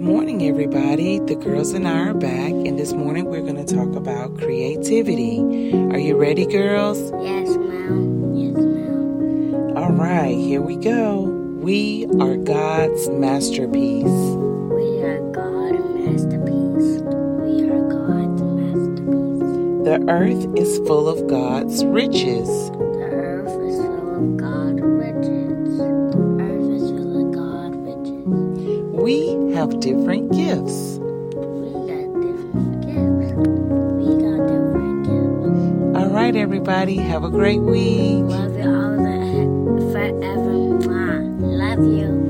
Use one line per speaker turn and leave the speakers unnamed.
morning, everybody. The girls and I are back, and this morning we're going to talk about creativity. Are you ready, girls?
Yes, ma'am. Yes, ma'am.
All right, here we go. We are God's masterpiece.
We are God's masterpiece. We are God's masterpiece.
The earth is full of God's riches.
The earth is full of God's riches. The earth is full of God's riches.
We have different gifts.
We got different gifts. We got different gifts.
All right, everybody, have a great week.
Love you all the forever. Mwah. Love you.